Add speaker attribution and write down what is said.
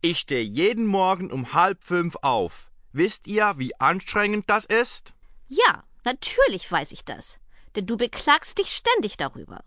Speaker 1: Ich stehe jeden Morgen um halb fünf auf. Wisst ihr, wie anstrengend das ist?
Speaker 2: Ja, natürlich weiß ich das, denn du beklagst dich ständig darüber.